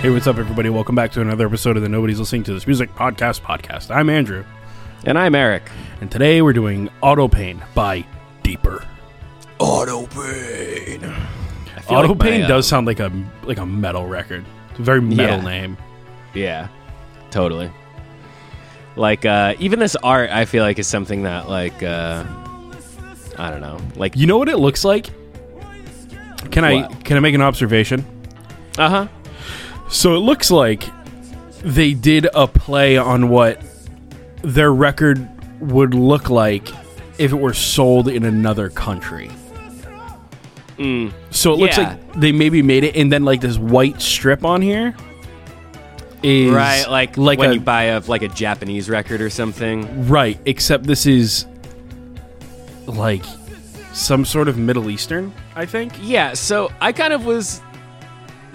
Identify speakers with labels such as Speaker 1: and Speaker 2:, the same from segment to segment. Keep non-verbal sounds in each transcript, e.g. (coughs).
Speaker 1: Hey, what's up, everybody? Welcome back to another episode of the Nobody's Listening to This Music Podcast podcast. I'm Andrew,
Speaker 2: And I'm Eric.
Speaker 1: and today we're doing Auto Pain by Deeper.
Speaker 2: Auto Pain.
Speaker 1: Auto Pain
Speaker 2: uh,
Speaker 1: does sound like a like a metal record. It's a very metal
Speaker 2: Yeah.
Speaker 1: name.
Speaker 2: Yeah, totally. Like uh, even this art, I feel like is something that like uh, I don't know. Like
Speaker 1: You know what it looks like? Can I
Speaker 2: What?
Speaker 1: can I make an observation?
Speaker 2: uh huh.
Speaker 1: So it looks like they did a play on what their record would look like if it were sold in another country. So it looks
Speaker 2: Mm. Yeah.
Speaker 1: like they maybe made it, and then like this white strip on here is
Speaker 2: Right,
Speaker 1: like
Speaker 2: like like when
Speaker 1: a,
Speaker 2: you buy a like a Japanese record or something.
Speaker 1: right, except this is like some sort of Middle Eastern, I think.
Speaker 2: Yeah. So I kind of was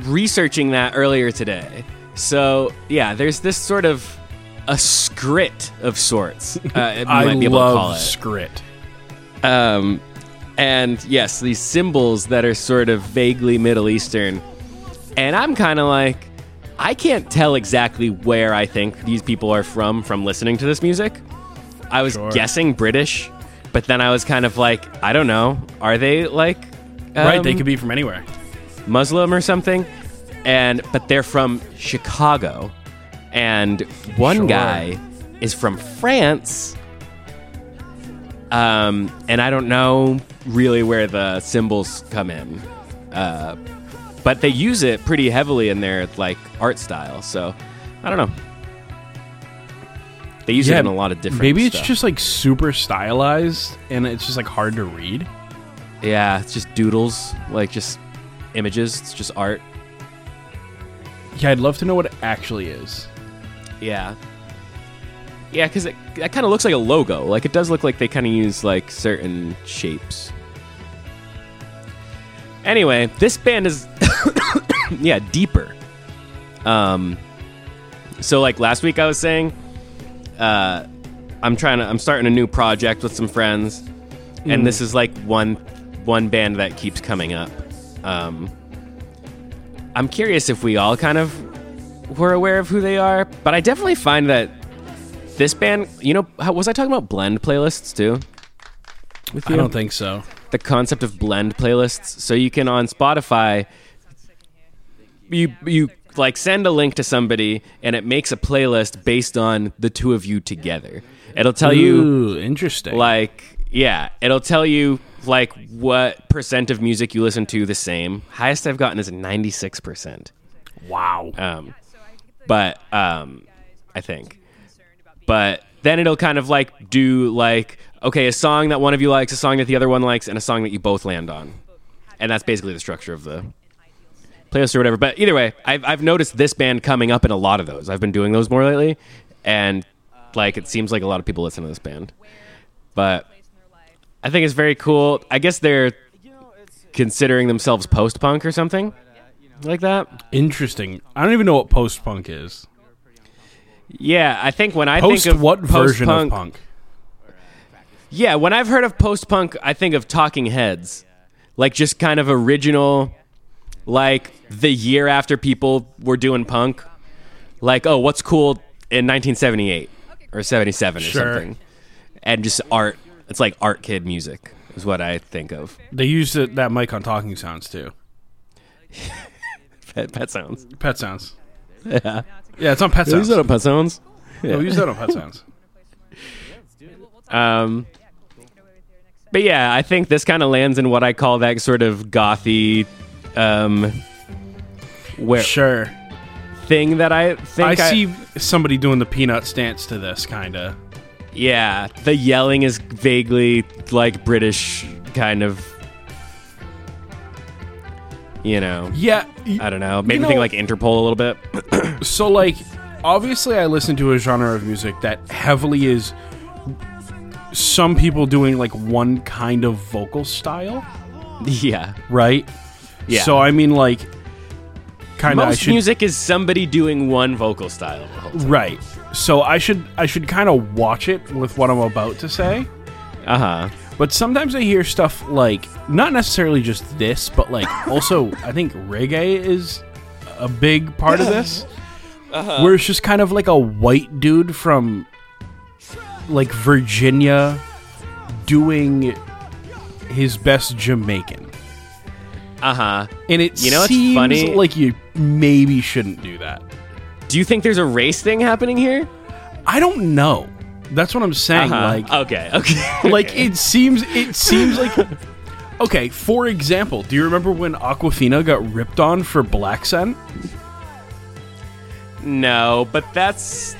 Speaker 2: researching that earlier today. So yeah, there's this sort of a script of sorts. Uh,
Speaker 1: (laughs)
Speaker 2: I
Speaker 1: I
Speaker 2: might be able to call
Speaker 1: love
Speaker 2: it.
Speaker 1: Skrit.
Speaker 2: Um, and yes, these symbols that are sort of vaguely Middle Eastern. And I'm kind of like, I can't tell exactly where I think these people are from from listening to this music. I was
Speaker 1: Sure.
Speaker 2: guessing British, but then I was kind of like, I don't know. Are they like
Speaker 1: right,
Speaker 2: um,
Speaker 1: they could be from anywhere.
Speaker 2: Muslim or something? And but they're from Chicago, and one
Speaker 1: Sure.
Speaker 2: guy is from France. Um, and I don't know really where the symbols come in, uh, but they use it pretty heavily in their like art style. So I don't know. They use it in a lot of different.
Speaker 1: Maybe it's
Speaker 2: stuff.
Speaker 1: just like super stylized and it's just like hard to read.
Speaker 2: yeah, it's just doodles, like just images. It's just art.
Speaker 1: Yeah, I'd love to know what it actually is.
Speaker 2: Yeah. Yeah, because that kind of looks like a logo. Like it does look like they kind of use like certain shapes. Anyway, this band is (coughs) yeah deeper. Um, so like last week I was saying, uh, I'm trying to I'm starting a new project with some friends, and
Speaker 1: Hmm.
Speaker 2: this is like one one band that keeps coming up. Um, I'm curious if we all kind of were aware of who they are, but I definitely find that this band, you know, how, was I talking about blend playlists too? With you?
Speaker 1: I don't think so.
Speaker 2: the concept of blend playlists. So you can on Spotify, you you like send a link to somebody and it makes a playlist based on the two of you together. It'll tell you
Speaker 1: Ooh, interesting.
Speaker 2: like yeah, it'll tell you like what percent of music you listen to the same. Highest I've gotten is ninety six percent.
Speaker 1: wow.
Speaker 2: Um, but um, I think. But then it'll kind of like do like okay, a song that one of you likes, a song that the other one likes, and a song that you both land on, and that's basically the structure of the playlist or whatever. But either way, I've I've noticed this band coming up in a lot of those. I've been doing those more lately, and like it seems like a lot of people listen to this band, but I think it's very cool. I guess they're considering themselves post punk or something like that.
Speaker 1: interesting. I don't even know what post punk is.
Speaker 2: Yeah, I think when I
Speaker 1: Post
Speaker 2: think of
Speaker 1: what version of
Speaker 2: post-punk-
Speaker 1: punk?
Speaker 2: Yeah, when I've heard of post punk, I think of Talking Heads, like just kind of original, like the year after people were doing punk, like oh, what's cool in 1978 or 77 or
Speaker 1: Sure.
Speaker 2: something, and just art. It's like art kid music is what I think of. (laughs)
Speaker 1: They used it, that mic on Talking Sounds too.
Speaker 2: Pet, pet sounds.
Speaker 1: Pet
Speaker 2: (laughs)
Speaker 1: Sounds. Yeah. Yeah, it's on Pet Sounds.
Speaker 2: pet sounds.
Speaker 1: No, we use that on Pet
Speaker 2: (laughs)
Speaker 1: Sounds.
Speaker 2: Um, but yeah, I think this kind of lands in what I call that sort of gothy, um, where
Speaker 1: Sure.
Speaker 2: thing that I
Speaker 1: I,
Speaker 2: think
Speaker 1: see somebody doing the peanut stance to this kind of.
Speaker 2: Yeah, the yelling is vaguely like British kind of. You know,
Speaker 1: Yeah. y-
Speaker 2: I don't know. Made
Speaker 1: You
Speaker 2: me
Speaker 1: know-
Speaker 2: think like Interpol a
Speaker 1: (clears throat)
Speaker 2: little bit.
Speaker 1: So like obviously I listen to a genre of music that heavily is some people doing like one kind of vocal style,
Speaker 2: yeah,
Speaker 1: right?
Speaker 2: Yeah.
Speaker 1: So I mean like kind of I
Speaker 2: most
Speaker 1: should
Speaker 2: music is somebody doing one vocal style. the whole time.
Speaker 1: right. So I should I should kind of watch it with what I'm about to say.
Speaker 2: Uh huh.
Speaker 1: But sometimes I hear stuff
Speaker 2: (laughs)
Speaker 1: like not necessarily just this, but like also I think reggae is a big part of this,
Speaker 2: Uh-huh.
Speaker 1: where it's just kind of like a white dude from like Virginia doing his best Jamaican,
Speaker 2: Uh huh.
Speaker 1: and it
Speaker 2: You know what's
Speaker 1: seems
Speaker 2: funny?
Speaker 1: like you maybe shouldn't do that.
Speaker 2: Do you think there's a race thing happening here?
Speaker 1: I don't know. That's what I'm saying.
Speaker 2: Uh-huh.
Speaker 1: Like
Speaker 2: okay, (laughs) okay.
Speaker 1: like it seems it seems like
Speaker 2: (laughs)
Speaker 1: okay for example do you remember when aquafina got ripped on for black scent
Speaker 2: no, but that's.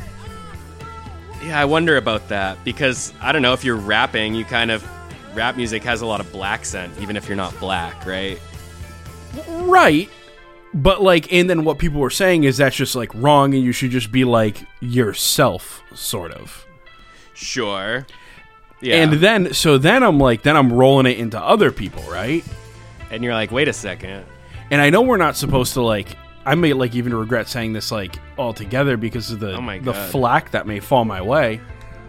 Speaker 2: Yeah, I wonder about that because I don't know if you're rapping, you kind of rap music has a lot of black scent, even if you're not black, right?
Speaker 1: right but like and then what people were saying is that's just like wrong and you should just be like yourself sort of
Speaker 2: Sure. Yeah.
Speaker 1: and then so then i'm like then i'm rolling it into other people right
Speaker 2: and you're like, wait a second.
Speaker 1: and i know we're not supposed to like i may like even regret saying this like altogether because of the
Speaker 2: Oh my
Speaker 1: the
Speaker 2: God.
Speaker 1: flack that may fall my way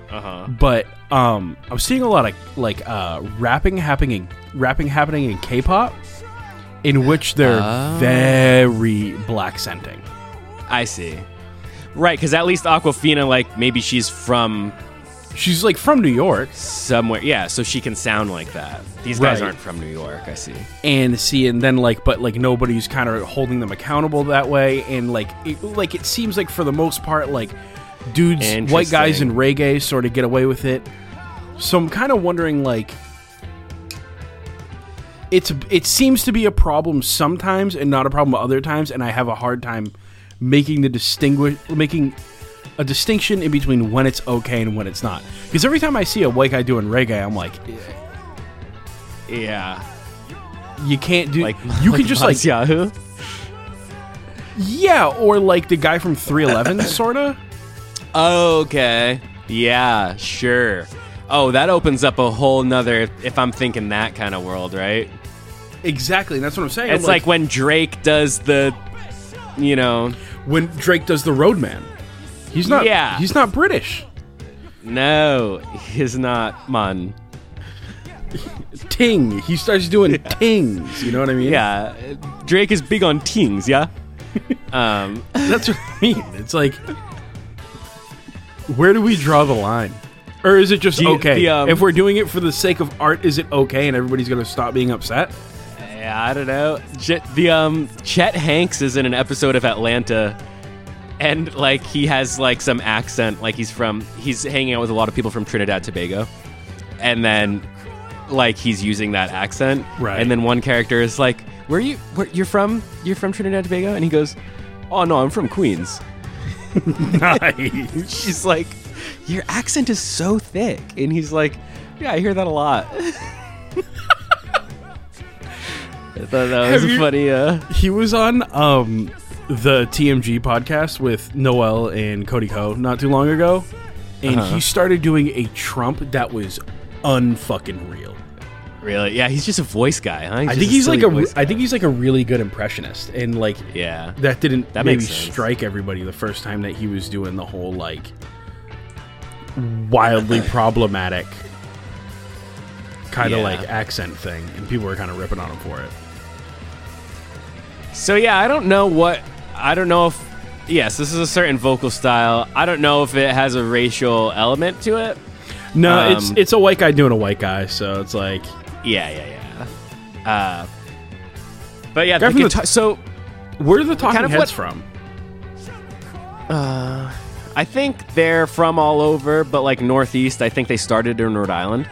Speaker 2: Uh huh.
Speaker 1: but um, I'm seeing a lot of like uh, rapping happening, rapping happening in K-pop, in which they're very black scenting.
Speaker 2: I see. Right, because at least Aquafina, like, maybe she's from
Speaker 1: She's like from New York,
Speaker 2: somewhere. Yeah, so she can sound like that. These guys
Speaker 1: Right.
Speaker 2: aren't from New York, I see.
Speaker 1: and see, and then like, but like nobody's kind of holding them accountable that way, and like, it, like it seems like for the most part, like dudes, white guys
Speaker 2: Interesting.
Speaker 1: in reggae sort of get away with it. So I'm kind of wondering, like, it's it seems to be a problem sometimes and not a problem other times, and I have a hard time making the distinguish making a distinction in between when it's okay and when it's not. Because every time I see a white guy doing reggae, I'm like,
Speaker 2: Yeah.
Speaker 1: you can't do
Speaker 2: Like, (laughs)
Speaker 1: you can just like
Speaker 2: Yahoo.
Speaker 1: yeah, or like the guy from
Speaker 2: (laughs)
Speaker 1: 311, sorta.
Speaker 2: Okay. Yeah, sure. Oh, that opens up a whole nother, if I'm thinking that kind of world, right?
Speaker 1: Exactly, and that's what I'm saying.
Speaker 2: It's
Speaker 1: I'm
Speaker 2: like, when Drake does the, you know,
Speaker 1: when Drake does the Roadman. He's not.
Speaker 2: Yeah.
Speaker 1: He's not British.
Speaker 2: no, he's not man.
Speaker 1: Ting. He starts doing tings. You know what I mean?
Speaker 2: Yeah, Drake is big on tings, yeah? um,
Speaker 1: That's what I mean. It's like, where do we draw the line? Or is it just
Speaker 2: Do you-
Speaker 1: okay?
Speaker 2: the, um,
Speaker 1: if we're doing it for the sake of art, is it okay and everybody's going to stop being upset? (laughs)
Speaker 2: Yeah, I don't know. J- the um, Chet Hanks is in an episode of Atlanta, and like he has like some accent, like he's from he's hanging out with a lot of people from Trinidad Tobago, and then like he's using that accent,
Speaker 1: Right.
Speaker 2: And then one character is like, "Where you? Where you're from? You're from Trinidad Tobago?" And he goes, "Oh no, I'm from Queens."
Speaker 1: nice.
Speaker 2: She's like, "Your accent is so thick," and he's like, "Yeah, I hear that a lot." (laughs) I thought that was
Speaker 1: Have you-
Speaker 2: funny. Uh,
Speaker 1: He was on um, the TMG podcast with Noel and Cody Ko not too long ago, and he started doing a Trump that was unfucking real.
Speaker 2: Really? Yeah, he's just a voice guy, huh?
Speaker 1: I think he's like a. I think he's like a really good impressionist, and like
Speaker 2: yeah.
Speaker 1: that didn't
Speaker 2: That
Speaker 1: maybe
Speaker 2: makes sense.
Speaker 1: strike everybody the first time that he was doing the whole like (laughs) wildly problematic kind of
Speaker 2: Yeah.
Speaker 1: like accent thing, and people were kind of ripping on him for it.
Speaker 2: So yeah, I don't know what. I don't know if. Yes, this is a certain vocal style. I don't know if it has a racial element to it.
Speaker 1: No,
Speaker 2: Um,
Speaker 1: it's it's a white guy doing a white guy, so it's like
Speaker 2: Yeah, yeah, yeah. Uh, but yeah,
Speaker 1: Guy
Speaker 2: the
Speaker 1: from the-
Speaker 2: guitar, so
Speaker 1: where are the talking
Speaker 2: Kind of
Speaker 1: heads
Speaker 2: what-
Speaker 1: from?
Speaker 2: I think they're from all over, but like northeast. I think they started in Rhode Island.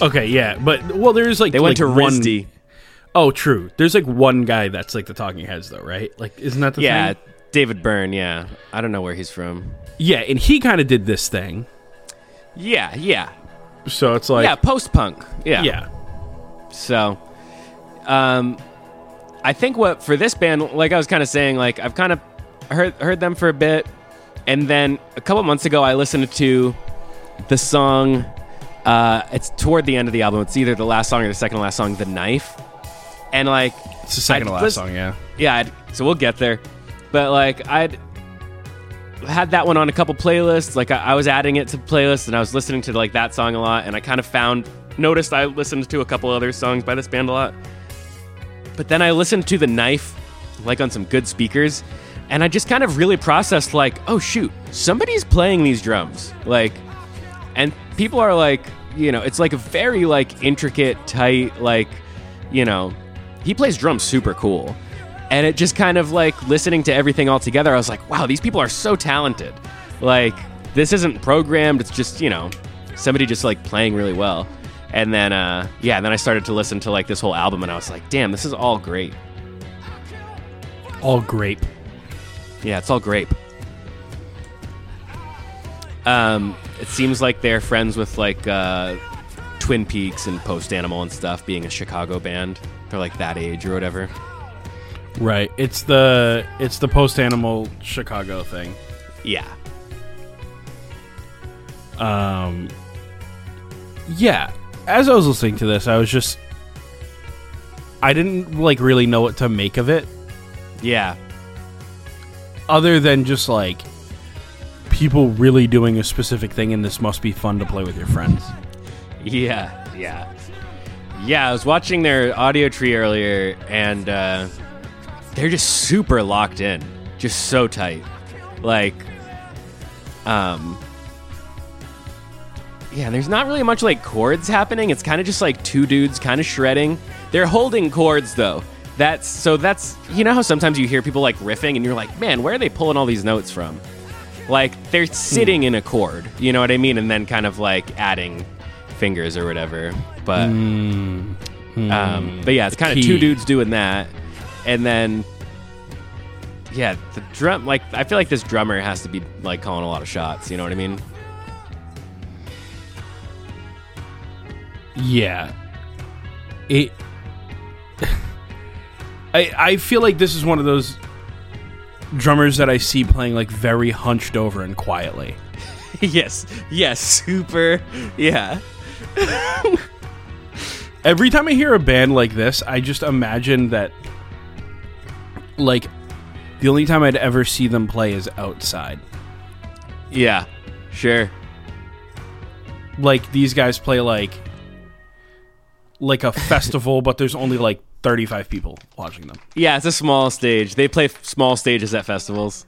Speaker 1: Okay, yeah, but well, there's like
Speaker 2: They went to
Speaker 1: like, one-
Speaker 2: RISD.
Speaker 1: Oh, true. There's like one guy that's like the talking heads, though, right? Like, isn't that the
Speaker 2: Yeah,
Speaker 1: thing?
Speaker 2: David Byrne. Yeah, I don't know where he's from.
Speaker 1: Yeah, and he kind of did this thing,
Speaker 2: Yeah, yeah,
Speaker 1: so it's like
Speaker 2: yeah. Post punk. Yeah,
Speaker 1: yeah.
Speaker 2: So, um, I think what for this band, like I was kind of saying, like I've kind of heard heard them for a bit, and then a couple months ago I listened to the song. Uh, it's toward the end of the album. It's either the last song or the second to last song, "The Knife," and like
Speaker 1: It's the second to
Speaker 2: I'd
Speaker 1: last
Speaker 2: listen-
Speaker 1: song, yeah.
Speaker 2: yeah, I'd, so we'll get there. But like I'd had that one on a couple playlists. Like I, I was adding it to playlists, and I was listening to like that song a lot. And I kind of found noticed I listened to a couple other songs by this band a lot. But then I listened to the Knife like on some good speakers, and I just kind of really processed like, oh shoot, somebody's playing these drums, like, and people are like, you know, it's like a very like intricate, tight, like, you know, he plays drums super cool, and it just kind of like listening to everything all together, I was like, wow, these people are so talented, like this isn't programmed, it's just you know, somebody just like playing really well. And then, uh, yeah, and then I started to listen to like this whole album, and I was like, "Damn, this is all great."
Speaker 1: All grape.
Speaker 2: Yeah, it's all grape. Um, it seems like they're friends with like uh, Twin Peaks and Post Animal and stuff, being a Chicago band. They're like that age or whatever.
Speaker 1: Right. It's the it's the post animal Chicago thing.
Speaker 2: Yeah,
Speaker 1: Um, yeah. As I was listening to this, I was just I didn't like really know what to make of it,
Speaker 2: yeah,
Speaker 1: other than just like people really doing a specific thing, and this must be fun to play with your friends.
Speaker 2: yeah, yeah, yeah. I was watching their audio tree earlier, and uh, they're just super locked in, just so tight. Like, um, yeah, there's not really much like chords happening. It's kind of just like two dudes kind of shredding. They're holding chords though. That's so that's you know how sometimes you hear people like riffing and you're like, man, where are they pulling all these notes from? Like they're sitting in a chord, you know what I mean, and then kind of like adding fingers or whatever. But um, but yeah, it's kind of
Speaker 1: Key.
Speaker 2: two dudes doing that, and then yeah, the drum. Like I feel like this drummer has to be like calling a lot of shots. You know what I mean?
Speaker 1: Yeah. It. (laughs) I I feel like this is one of those drummers that I see playing like very hunched over and quietly.
Speaker 2: (laughs) yes yes super yeah
Speaker 1: Every time I hear a band like this, I just imagine that like the only time I'd ever see them play is outside.
Speaker 2: yeah sure
Speaker 1: Like these guys play like like
Speaker 2: (laughs)
Speaker 1: a festival, but there's only like 35 people watching them.
Speaker 2: yeah it's a small stage they play f- small stages at festivals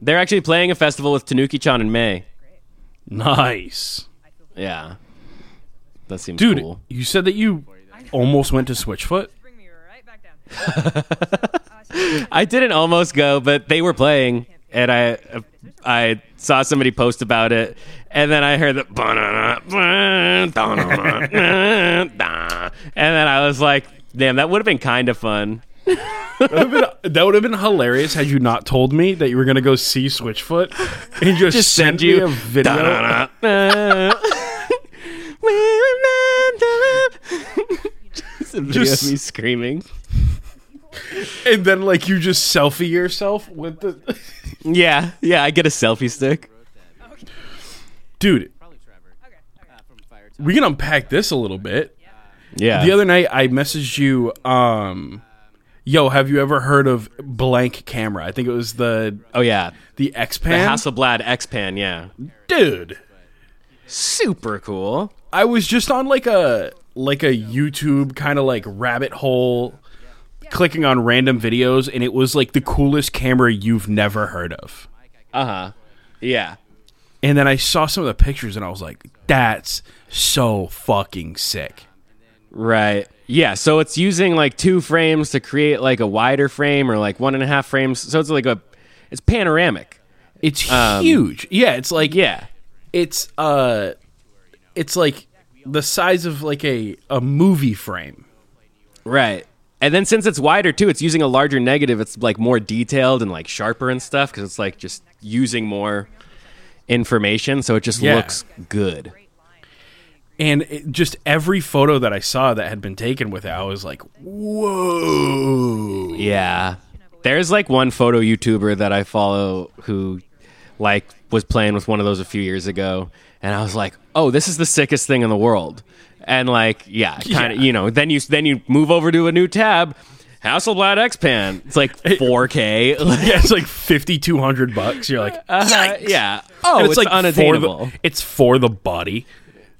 Speaker 2: they're actually playing a festival with tanuki-chan in may
Speaker 1: Nice.
Speaker 2: yeah that seems
Speaker 1: Dude,
Speaker 2: cool
Speaker 1: you said that you almost went to Switchfoot?
Speaker 3: Bring me right back down.
Speaker 2: (laughs)
Speaker 3: uh,
Speaker 2: i didn't almost go but they were playing and i i saw somebody post about it and then i heard the (laughs) and then i was like damn that would have been kind of fun
Speaker 1: That would have been, that would have been hilarious had you not told me that you were going to go see Switchfoot and just,
Speaker 2: Just
Speaker 1: send
Speaker 2: send you-
Speaker 1: me a video.
Speaker 2: just a video
Speaker 1: Just-
Speaker 2: of me screaming.
Speaker 1: And then, like, you just selfie yourself with the. (laughs)
Speaker 2: Yeah, yeah, I get a selfie stick.
Speaker 1: Dude,
Speaker 4: Probably Trevor. Uh, from Fire Top.
Speaker 1: we can unpack this a little bit.
Speaker 2: Yeah.
Speaker 1: The other night, I messaged you, um, yo, have you ever heard of blank camera? I think it was the
Speaker 2: oh yeah,
Speaker 1: the X
Speaker 2: the
Speaker 1: Pan.
Speaker 2: Hasselblad X Pan. Yeah,
Speaker 1: Dude,
Speaker 2: super cool.
Speaker 1: I was just on like a like a YouTube kind of like rabbit hole, clicking on random videos, and it was like the coolest camera you've never heard of.
Speaker 2: Uh huh. Yeah.
Speaker 1: And then I saw some of the pictures, and I was like, that's so fucking sick.
Speaker 2: Right. Yeah. So it's using like two frames to create like a wider frame or like one and a half frames. So it's like a, it's panoramic.
Speaker 1: It's huge. Yeah, it's like
Speaker 2: Um, Yeah.
Speaker 1: it's uh it's like the size of like a a movie frame
Speaker 2: Right. And then since it's wider too, it's using a larger negative. It's like more detailed and like sharper and stuff because it's like just using more information. So it just
Speaker 1: Yeah.
Speaker 2: looks good.
Speaker 1: and it, just every photo that i saw that had been taken with it i was like whoa
Speaker 2: Yeah. There's like one photo YouTuber that I follow who like was playing with one of those a few years ago and I was like, "Oh, this is the sickest thing in the world." And like, (laughs) yeah, kind of,
Speaker 1: Yeah.
Speaker 2: you know, then you then you move over to a new tab, Hasselblad X-Pan. It's like (laughs) 4K. Like,
Speaker 1: yeah it's like 5200 bucks you're like
Speaker 2: uh, yeah. Oh,
Speaker 1: and
Speaker 2: it's, like
Speaker 1: for
Speaker 2: unattainable.
Speaker 1: the, it's for the body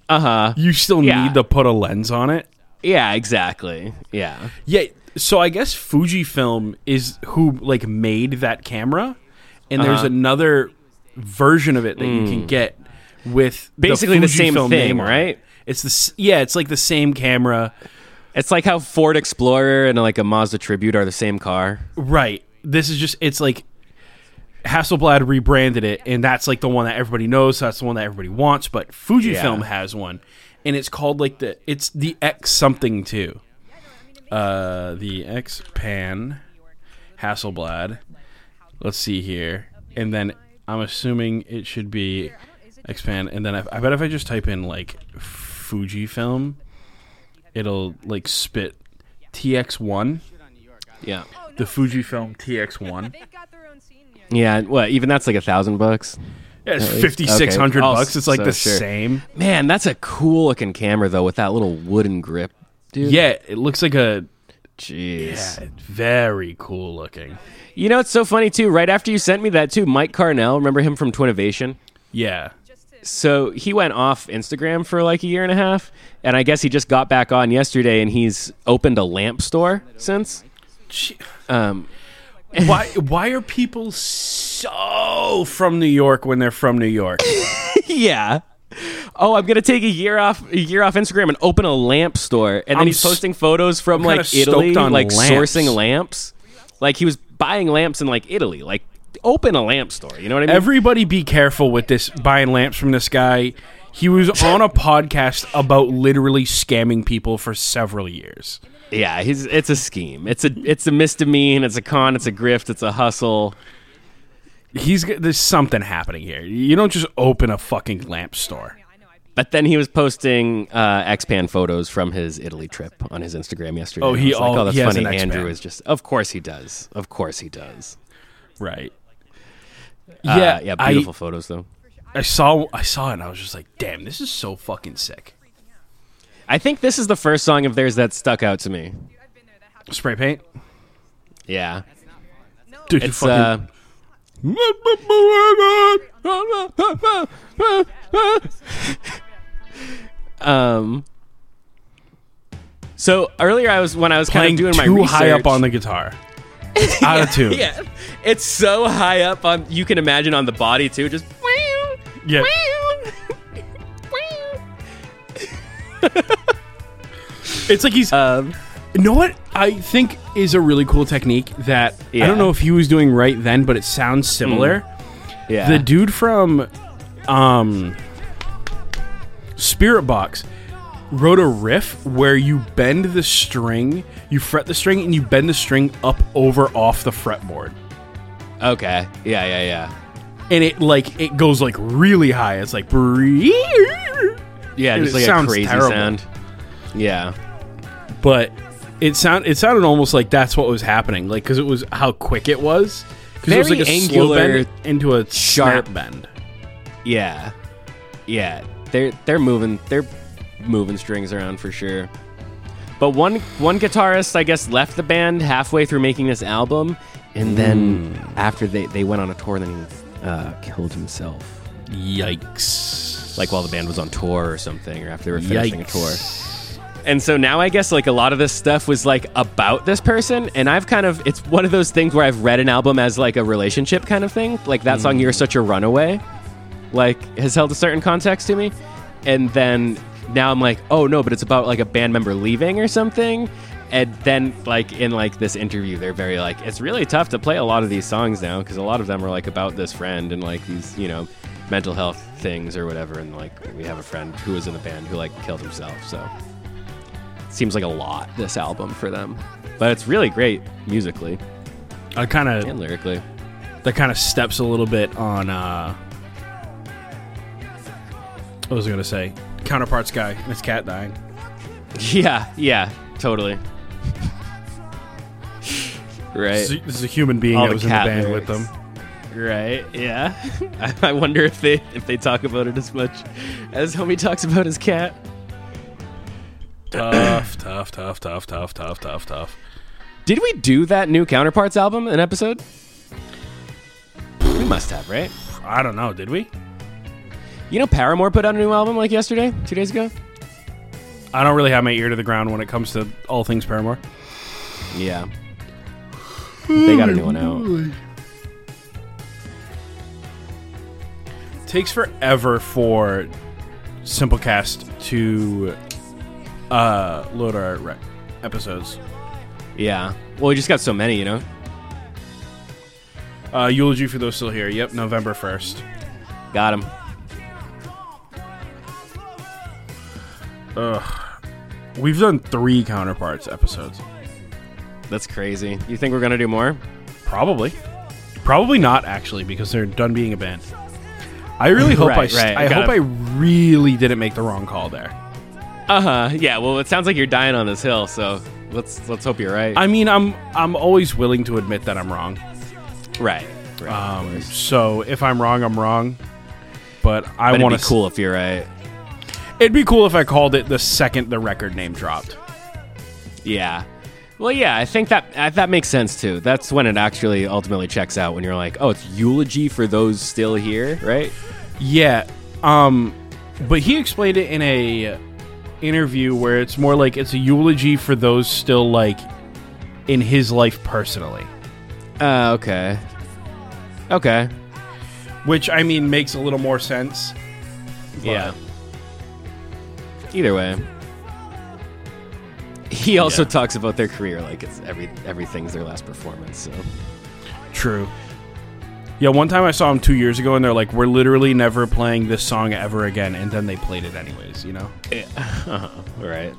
Speaker 2: Uh huh.
Speaker 1: you still
Speaker 2: Yeah.
Speaker 1: need to put a lens on it
Speaker 2: Yeah, exactly. Yeah.
Speaker 1: Yeah, so I guess Fujifilm is who like made that camera, and there's
Speaker 2: Uh-huh. Mm.
Speaker 1: another version of it that you can get with the
Speaker 2: Basically the same
Speaker 1: Fujifilm
Speaker 2: thing,
Speaker 1: name on it.
Speaker 2: right?
Speaker 1: It's the s- yeah, it's like the same camera,
Speaker 2: It's like how Ford Explorer and like a Mazda Tribute are the same car.
Speaker 1: right? This is just it's like Hasselblad rebranded it, and that's like the one that everybody knows. That's the one that everybody wants. But Fujifilm
Speaker 2: Yeah.
Speaker 1: has one, and it's called like the it's the X something too. Uh, the X Pan Hasselblad. Let's see here, and then I'm assuming it should be X Pan, and then I, I bet if I just type in like Fujifilm, it'll like spit TX1,
Speaker 2: Yeah.
Speaker 1: the Fujifilm (laughs) TX1.
Speaker 3: Oh, They've got their own scene. You know,
Speaker 2: Yeah, and what? Even that's like a thousand bucks.
Speaker 1: Yeah, it's
Speaker 2: At least-
Speaker 1: fifty six hundred
Speaker 2: okay.
Speaker 1: bucks. It's like
Speaker 2: Oh, So,
Speaker 1: the
Speaker 2: sure.
Speaker 1: same.
Speaker 2: Man, that's a cool looking camera though, with that little wooden grip, dude.
Speaker 1: Yeah, it looks like a
Speaker 2: Jeez.
Speaker 1: very cool looking.
Speaker 2: You know, it's so funny too. Right after you sent me that too, Mike Carnell, remember him from Twinnovation?
Speaker 1: Yeah,
Speaker 2: So he went off Instagram for like a year and a half, and I guess he just got back on yesterday, and he's opened a lamp store since.
Speaker 1: Gee,
Speaker 2: Um,
Speaker 1: (laughs) why why are people so from New York when they're from New York?
Speaker 2: yeah. Oh, I'm gonna take a year off a year off Instagram and open a lamp store, and then
Speaker 1: I'm
Speaker 2: he's
Speaker 1: s-
Speaker 2: posting photos from
Speaker 1: I'm kinda
Speaker 2: like Italy,
Speaker 1: stoked on
Speaker 2: like
Speaker 1: lamps.
Speaker 2: sourcing lamps. Like he was buying lamps in like Italy. Like open a lamp store. You know what I mean?
Speaker 1: Everybody, be careful with this buying lamps from this guy. He was on a podcast about literally scamming people for several years.
Speaker 2: yeah, he's it's a scheme. It's a it's a misdemeanor. It's a con. It's a grift. It's a hustle.
Speaker 1: He's g- there's something happening here. You don't just open a fucking lamp store.
Speaker 3: I know I'd be.
Speaker 2: But then he was posting uh, X-Pan photos from his Italy trip on his Instagram yesterday.
Speaker 1: Oh,
Speaker 2: And I
Speaker 1: he
Speaker 2: was
Speaker 1: all-
Speaker 2: like, oh, that's
Speaker 1: he has
Speaker 2: funny.
Speaker 1: an X-Pan.
Speaker 2: Andrew is just, of course he does. Of course he does.
Speaker 1: Right.
Speaker 2: Uh,
Speaker 1: Yeah,
Speaker 2: yeah,
Speaker 1: I-
Speaker 2: beautiful photos though.
Speaker 1: I saw I saw it and I was just like, damn, this is so fucking sick.
Speaker 2: I think this is the first song of theirs that stuck out to me.
Speaker 3: Dude, I've been there. That happened.
Speaker 1: Spray paint?
Speaker 2: Yeah,
Speaker 3: No,
Speaker 1: Dude,
Speaker 2: it's
Speaker 1: you fucking
Speaker 2: uh, um. So earlier, I was when I was kind
Speaker 1: playing
Speaker 2: of doing
Speaker 1: too
Speaker 2: my research,
Speaker 1: high up on the guitar. Out of tune.
Speaker 2: (laughs) yeah, it's so high up on you can imagine on the body too, just (laughs)
Speaker 1: Yeah. It's like he's
Speaker 2: um.
Speaker 1: you know what I think is a really cool technique that I
Speaker 2: Yeah. Mm.
Speaker 1: don't know if he was doing right then, but it sounds similar.
Speaker 2: Yeah.
Speaker 1: The dude from um Spirit Box wrote a riff where you bend the string, you fret the string, and you bend the string up over off the fretboard.
Speaker 2: okay. Yeah, yeah, yeah.
Speaker 1: And it like it goes like really high. It's like
Speaker 2: Yeah,
Speaker 1: Dude, it
Speaker 2: just like
Speaker 1: sounds
Speaker 2: a crazy
Speaker 1: terrible.
Speaker 2: sound. Yeah.
Speaker 1: but it sound it sounded almost like that's what was happening, like because it was how quick it was. Because it was like
Speaker 2: Very
Speaker 1: a slow
Speaker 2: angular,
Speaker 1: bend into a
Speaker 2: sharp-
Speaker 1: sharp bend.
Speaker 2: Yeah. Yeah. They're they're moving they're moving strings around for sure. But one one guitarist I guess left the band halfway through making this album and then after they, they went on a tour and then he uh, killed himself.
Speaker 1: Yikes!
Speaker 2: Like while the band was on tour or something or after they were finishing a tour.
Speaker 1: Yikes.
Speaker 2: And so now I guess like a lot of this stuff was like about this person and I've kind of it's one of those things where I've read an album as like a relationship kind of thing. Like that song You're Such a Runaway like has held a certain context to me. And then now I'm like, "Oh no, but it's about like a band member leaving or something." And then like in like this interview they're very like, "It's really tough to play a lot of these songs now because a lot of them are like about this friend and like these, you know, mental health things or whatever and like we have a friend who was in the band who like killed himself." So seems like a lot this album for them but it's really great musically
Speaker 1: I kind of
Speaker 2: and lyrically (laughs)
Speaker 1: that kind of steps a little bit on uh what was I gonna say? Counterparts guy and his cat dying.
Speaker 2: yeah yeah totally (laughs)
Speaker 1: This
Speaker 2: right
Speaker 1: is, this is a human being
Speaker 2: All
Speaker 1: that
Speaker 2: the
Speaker 1: was in the
Speaker 2: cat
Speaker 1: band with
Speaker 2: lyrics.
Speaker 1: them.
Speaker 2: right yeah (laughs) I- i wonder if they if they talk about it as much as homie talks about his cat
Speaker 1: tough, (laughs) tough, tough, tough, tough, tough, tough, tough.
Speaker 2: did we do that new counterparts album an episode we must have right
Speaker 1: I don't know. Did we?
Speaker 2: you know paramore put out a new album like yesterday two days ago
Speaker 1: I don't really have my ear to the ground when it comes to all things Paramore.
Speaker 2: Yeah. They got a new one out.
Speaker 1: takes forever for Simplecast to uh, load our re- episodes.
Speaker 2: Yeah. Well, we just got so many, you know?
Speaker 1: Uh, Eulogy for those still here. Yep, November 1st.
Speaker 2: Got him.
Speaker 1: We've done three counterparts episodes.
Speaker 2: That's crazy. You think we're going to do more?
Speaker 1: Probably. Probably not, actually, because they're done being a band. I really hope I,
Speaker 2: Right,
Speaker 1: st-
Speaker 2: right.
Speaker 1: I
Speaker 2: Gotta-
Speaker 1: hope I really didn't make the wrong call there.
Speaker 2: Uh huh. Yeah. Well, it sounds like you're dying on this hill, so let's let's hope you're right.
Speaker 1: I mean, I'm I'm always willing to admit that I'm wrong.
Speaker 2: right. Right.
Speaker 1: Um, so if I'm wrong, I'm wrong. But I
Speaker 2: but
Speaker 1: want
Speaker 2: it'd
Speaker 1: to
Speaker 2: be cool if you're right.
Speaker 1: It'd be cool if I called it the second the record name dropped.
Speaker 2: Yeah. Well, yeah. I think that uh, that makes sense too. That's when it actually ultimately checks out when you're like, oh, it's eulogy for those still here, right?
Speaker 1: Yeah. Um but he explained it in a interview where it's more like it's a eulogy for those still like in his life personally,
Speaker 2: Uh, okay. Okay.
Speaker 1: which I mean makes a little more sense.
Speaker 2: Yeah. Either way. He also talks about their career like it's every everything's their last performance. So
Speaker 1: True. Yeah, one time I saw him 2 years ago and they're like we're literally never playing this song ever again and then they played it anyways, you know.
Speaker 2: all right.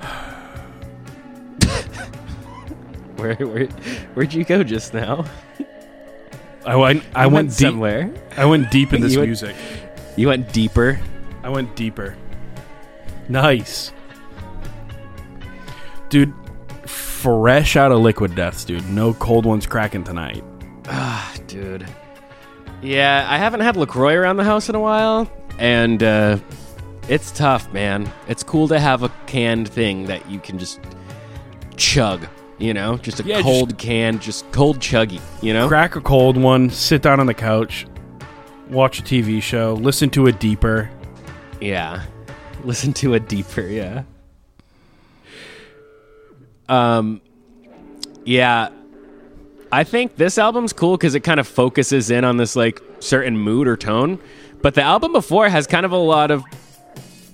Speaker 2: (sighs) where where where'd you go just now?
Speaker 1: I went I
Speaker 2: You
Speaker 1: went deep
Speaker 2: somewhere.
Speaker 1: I went deep
Speaker 2: (laughs)
Speaker 1: in this
Speaker 2: You went-
Speaker 1: music.
Speaker 2: You went deeper.
Speaker 1: I went deeper. Nice. Dude, fresh out of liquid deaths, dude. No cold ones cracking tonight.
Speaker 2: Dude. Yeah, I haven't had LaCroix around the house in a while. And uh, it's tough, man. It's cool to have a canned thing that you can just chug, you know? Just a
Speaker 1: Yeah, just-
Speaker 2: cold can, just cold chuggy, you know?
Speaker 1: Crack a cold one, sit down on the couch, watch a TV show, listen to it deeper.
Speaker 2: Yeah. (laughs) Listen to it deeper, yeah. Um yeah. I think this album's cool cuz it kind of focuses in on this like certain mood or tone, but the album before has kind of a lot of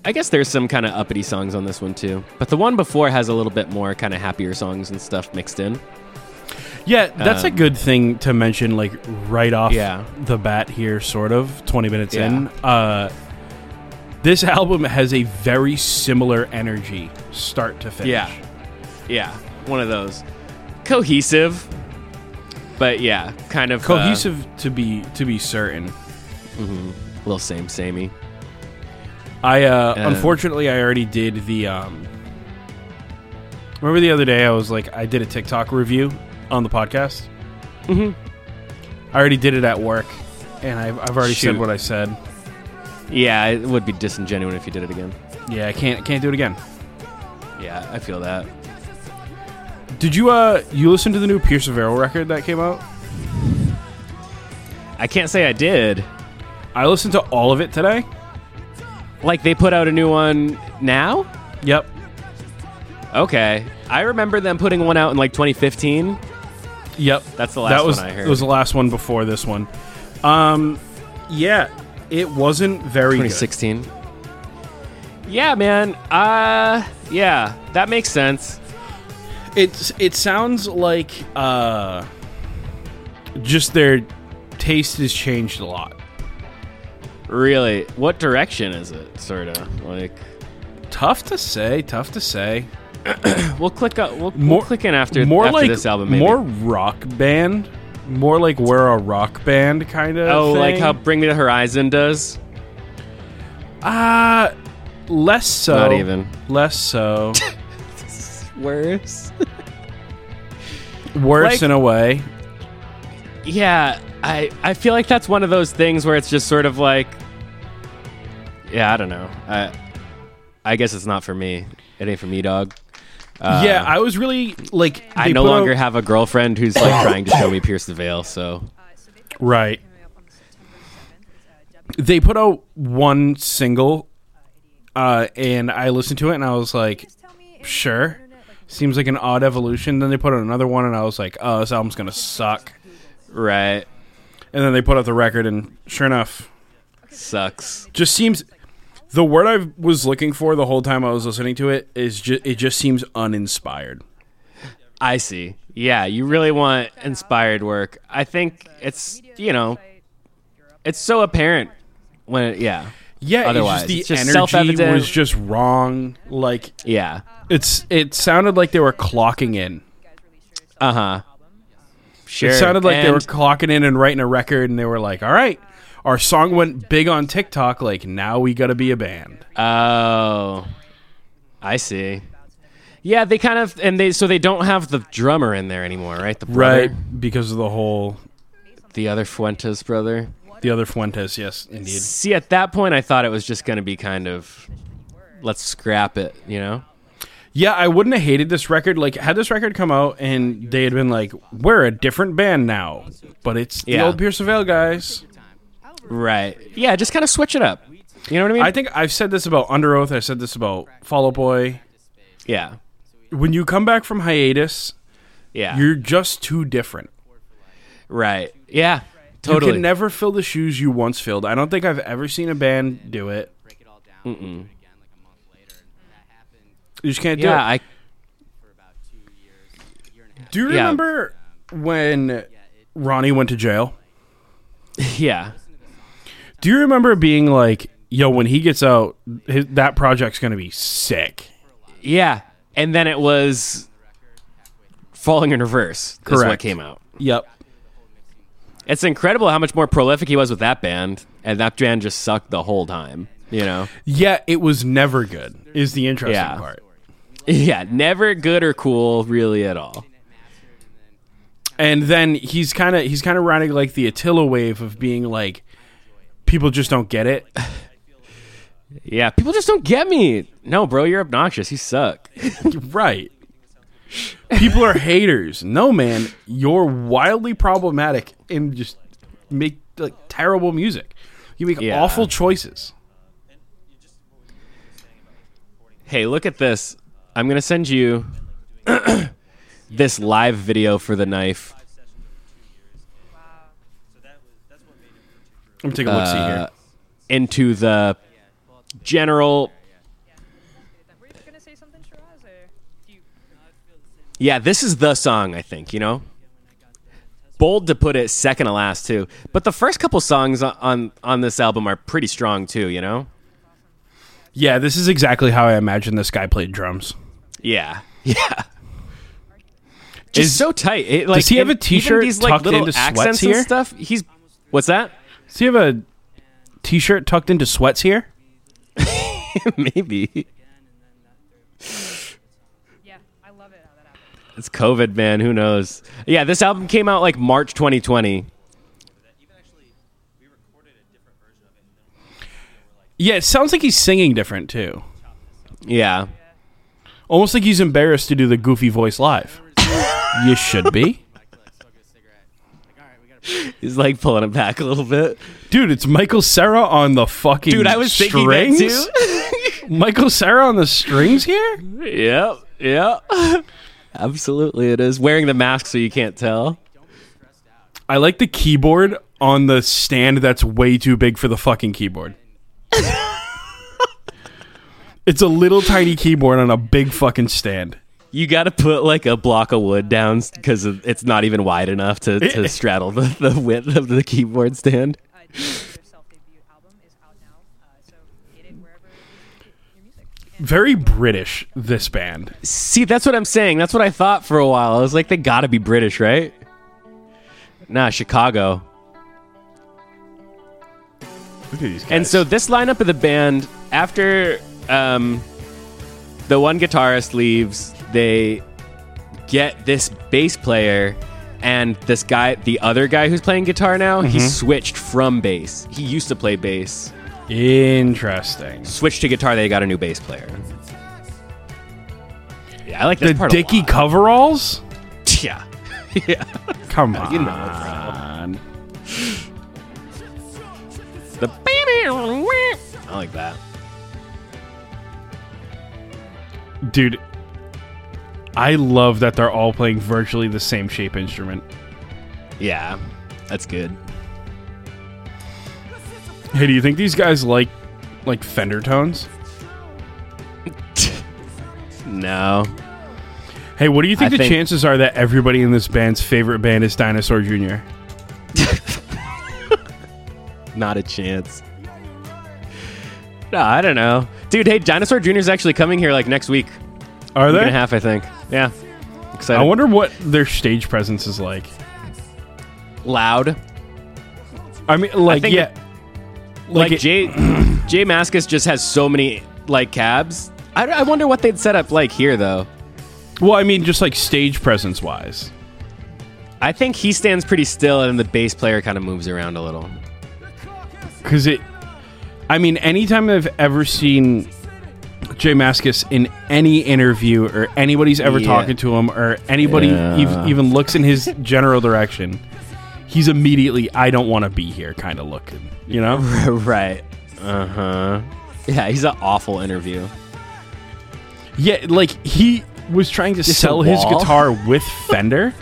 Speaker 2: I guess there's some kind of uppity songs on this one too. But the one before has a little bit more kind of happier songs and stuff mixed in.
Speaker 1: Yeah, that's a good thing to mention, like right off
Speaker 2: Um, Yeah.
Speaker 1: the bat here, sort of, 20 minutes
Speaker 2: Yeah.
Speaker 1: in. Uh, this album has a very similar energy, start to finish.
Speaker 2: Yeah. Yeah, one of those cohesive but yeah, kind of uh,
Speaker 1: Cohesive to be to be certain.
Speaker 2: little same samey.
Speaker 1: I uh,
Speaker 2: Uh,
Speaker 1: unfortunately I already did the um Remember the other day I was like I did a TikTok review on the podcast? Mm-hmm. I already did it at work and I've, I've already said
Speaker 2: Shoot.
Speaker 1: what I said.
Speaker 2: Yeah, it would be disingenuous if you did it again.
Speaker 1: Yeah, I can't can't do it again.
Speaker 2: Yeah, I feel that.
Speaker 1: Did you uh you listen to the new Pierce Averill record that came out?
Speaker 2: I can't say I did.
Speaker 1: I listened to all of it today.
Speaker 2: Like they put out a new one now?
Speaker 1: Yep.
Speaker 2: Okay. I remember them putting one out in like 2015.
Speaker 1: Yep.
Speaker 2: That's the last
Speaker 1: that was,
Speaker 2: one I heard.
Speaker 1: It was the last one before this one. Um yeah, it wasn't very good.
Speaker 2: 2016. Yeah, man. Uh yeah, that makes sense.
Speaker 1: It's it sounds like uh just their taste has changed a lot.
Speaker 2: Really. What direction is it sort of? Like
Speaker 1: Tough to say, tough to say.
Speaker 2: we'll click up we'll,
Speaker 1: More-
Speaker 2: we'll click in after
Speaker 1: more
Speaker 2: after
Speaker 1: like
Speaker 2: this album maybe.
Speaker 1: more rock band, more like we're a rock band kind of.
Speaker 2: Oh, like
Speaker 1: thing.
Speaker 2: how Bring Me the Horizon does?
Speaker 1: uh less so.
Speaker 2: Not even.
Speaker 1: less
Speaker 2: (laughs)
Speaker 1: so.
Speaker 2: Worse.
Speaker 1: Worse
Speaker 2: Like-
Speaker 1: in a way.
Speaker 2: yeah i i feel like that's one of those things where it's just sort of like yeah i don't know i i guess it's not for me it ain't for me dog uh,
Speaker 1: yeah, I was really like
Speaker 2: i
Speaker 1: they
Speaker 2: no
Speaker 1: put
Speaker 2: longer
Speaker 1: out-
Speaker 2: have a girlfriend
Speaker 1: (laughs)
Speaker 2: who's like trying to show me pierce the veil so
Speaker 3: Uh, so they
Speaker 1: Right.
Speaker 3: coming up on September 7th. It's, uh,
Speaker 1: they put out one single, uh, and I listened to it and I was like, sure, seems like an odd evolution. Then they put out another one and I was like, oh, this album's gonna suck.
Speaker 2: Right.
Speaker 1: And then they put out the record, and sure enough,
Speaker 2: Sucks.
Speaker 1: just seems the word I was looking for the whole time I was listening to it is just it just seems uninspired.
Speaker 2: I see. Yeah, you really want inspired work. I think it's, you know, it's so apparent when it, yeah.
Speaker 1: Yeah,
Speaker 2: Otherwise,
Speaker 1: it's just
Speaker 2: it's
Speaker 1: the
Speaker 2: just
Speaker 1: energy
Speaker 2: self-evident.
Speaker 1: was just wrong. Like
Speaker 2: Yeah.
Speaker 1: it's it sounded like they were clocking in.
Speaker 2: Uh-huh. Sure.
Speaker 1: It sounded like they were
Speaker 2: And-
Speaker 1: clocking in and writing a record, and they were like, "All right, our song went big on TikTok. Like now we got to be a band."
Speaker 2: Oh, I see. Yeah, they kind of and they so they don't have the drummer in there anymore, right? The brother,
Speaker 1: because of the whole
Speaker 2: the other Fuentes brother.
Speaker 1: the other Fuentes. Yes, indeed.
Speaker 2: See, at that point, I thought it was just going to be kind of let's scrap it, you know?
Speaker 1: Yeah, I wouldn't have hated this record. Like, had this record come out and they had been like, "We're a different band now," but it's the
Speaker 2: Yeah.
Speaker 1: old Pierce of Veil guys.
Speaker 2: Right? Yeah, just kind of switch it up. You know what I mean?
Speaker 1: I think I've said this about Under Oath. I said this about Fall Out Boy.
Speaker 2: yeah,
Speaker 1: When you come back from hiatus,
Speaker 2: yeah.
Speaker 1: you're just too different.
Speaker 2: right.
Speaker 1: You
Speaker 2: Yeah, totally.
Speaker 1: can never fill the shoes you once filled. I don't think I've ever seen a band do it.
Speaker 4: break it all down and do it again like a month later. And that happened
Speaker 1: You just can't do
Speaker 2: yeah,
Speaker 1: it.
Speaker 2: I
Speaker 4: for about two years, a year and a half.
Speaker 1: do you
Speaker 2: yeah.
Speaker 1: remember when Ronnie went to jail?
Speaker 2: yeah.
Speaker 1: Do you remember being like, "Yo, when he gets out, his, that project's gonna be sick."
Speaker 2: Yeah. And then it was falling in reverse. Correct. Is what
Speaker 1: Correct.
Speaker 2: came out.
Speaker 1: Yep.
Speaker 2: It's incredible how much more prolific he was with that band, and that band just sucked the whole time. You know?
Speaker 1: Yeah, it was never good. Is the interesting
Speaker 2: Yeah.
Speaker 1: part.
Speaker 2: Yeah, never good or cool, really at all.
Speaker 1: And then he's kind of he's kind of riding like the Attila wave of being like, people just don't get it.
Speaker 2: Yeah, people just don't get me. No, bro, you're obnoxious. You suck.
Speaker 1: right. People are haters. No, man, you're wildly problematic and just make like terrible music. You make
Speaker 2: Yeah.
Speaker 1: awful choices.
Speaker 2: Hey, look at this. I'm gonna send you (clears throat) this live video for the knife.
Speaker 1: I'm taking a look see
Speaker 2: uh,
Speaker 1: here.
Speaker 2: into the general.
Speaker 3: Were you gonna say something, Shiraz? Or do you?
Speaker 2: Yeah, this is the song I think. You know, bold to put it second to last too. But the first couple songs on on, on this album are pretty strong too. You know.
Speaker 1: Yeah, this is exactly how I imagine this guy played drums.
Speaker 2: Yeah. (laughs) Yeah. Just so tight. It, like,
Speaker 1: Does he have a
Speaker 2: and even
Speaker 1: t-shirt
Speaker 2: these, like,
Speaker 1: tucked
Speaker 2: little
Speaker 1: into sweats
Speaker 2: accents
Speaker 1: here?
Speaker 2: and stuff? He's what's that? (laughs)
Speaker 1: Does he have a t-shirt tucked into sweats here?
Speaker 2: Maybe
Speaker 3: Yeah, I love it how that happened.
Speaker 2: it's COVID, man. Who knows? Yeah, this album came out like March 2020.
Speaker 1: Yeah, it sounds like he's singing different too.
Speaker 2: Yeah,
Speaker 1: Almost like he's embarrassed to do the goofy voice live. you should be.
Speaker 2: he's like pulling it back a little bit.
Speaker 1: Dude, it's Michael Sarah on the fucking
Speaker 2: Dude, I was thinking
Speaker 1: strings.
Speaker 2: that
Speaker 1: Michael Sarah on the strings here?
Speaker 2: too. (laughs) yep, yep. Absolutely, it is wearing the mask so you can't tell.
Speaker 1: I like the keyboard on the stand that's way too big for the fucking (laughs) keyboard. it's a little tiny keyboard on a big fucking stand.
Speaker 2: You got to put like a block of wood down because it's not even wide enough to, (laughs) to straddle the, the width of the keyboard stand.
Speaker 3: Uh, your self-debut album is out now, uh, so get it wherever you get your music. And
Speaker 1: Very British, this band.
Speaker 2: See, that's what I'm saying. That's what I thought for a while. I was like, they gotta be British, right? Nah, Chicago.
Speaker 1: Look at these guys.
Speaker 2: And so this lineup of the band, after um, the one guitarist leaves, they get this bass player and this guy, the other guy who's playing guitar now, he switched from bass. He used to play bass,
Speaker 1: interesting.
Speaker 2: switched to guitar. They got a new bass player. Yeah, I like this
Speaker 1: The
Speaker 2: part
Speaker 1: Dicky
Speaker 2: a lot.
Speaker 1: coveralls?
Speaker 2: (laughs) yeah, yeah.
Speaker 1: Come on.
Speaker 2: You know it, bro. The bam I like that.
Speaker 1: Dude, I love that they're all playing virtually the same shape instrument.
Speaker 2: Yeah, that's good. (laughs)
Speaker 1: Hey, do you think these guys like like Fender tones?
Speaker 2: No,
Speaker 1: Hey, what do you think
Speaker 2: I
Speaker 1: the
Speaker 2: think-
Speaker 1: chances are that everybody in this band's favorite band is Dinosaur Jr.?
Speaker 2: not a chance. No, I don't know, dude. Hey, Dinosaur Jr. is actually coming here like next week,
Speaker 1: Are
Speaker 2: week
Speaker 1: they?
Speaker 2: and a half, I think. Yeah, excited.
Speaker 1: Eh? I wonder what their stage presence is like.
Speaker 2: loud.
Speaker 1: I mean, like,
Speaker 2: think
Speaker 1: yeah.
Speaker 2: like,
Speaker 1: it-
Speaker 2: Jay Jay Maskus just has so many like cabs. I, I wonder what they'd set up like here though.
Speaker 1: well, I mean, just like stage presence wise.
Speaker 2: I think he stands pretty still, and the bass player kind of moves around a little.
Speaker 1: Because it, I mean, anytime I've ever seen Jay Maskus in any interview or anybody's ever
Speaker 2: Yeah.
Speaker 1: talking to him or anybody
Speaker 2: Yeah.
Speaker 1: ev- even looks in his general direction, he's immediately, I don't want to be here kind of looking, you know?
Speaker 2: (laughs) right. Uh huh. Yeah, he's an awful interview.
Speaker 1: yeah, like he was trying to
Speaker 2: Just a
Speaker 1: sell his
Speaker 2: wall?
Speaker 1: guitar with Fender.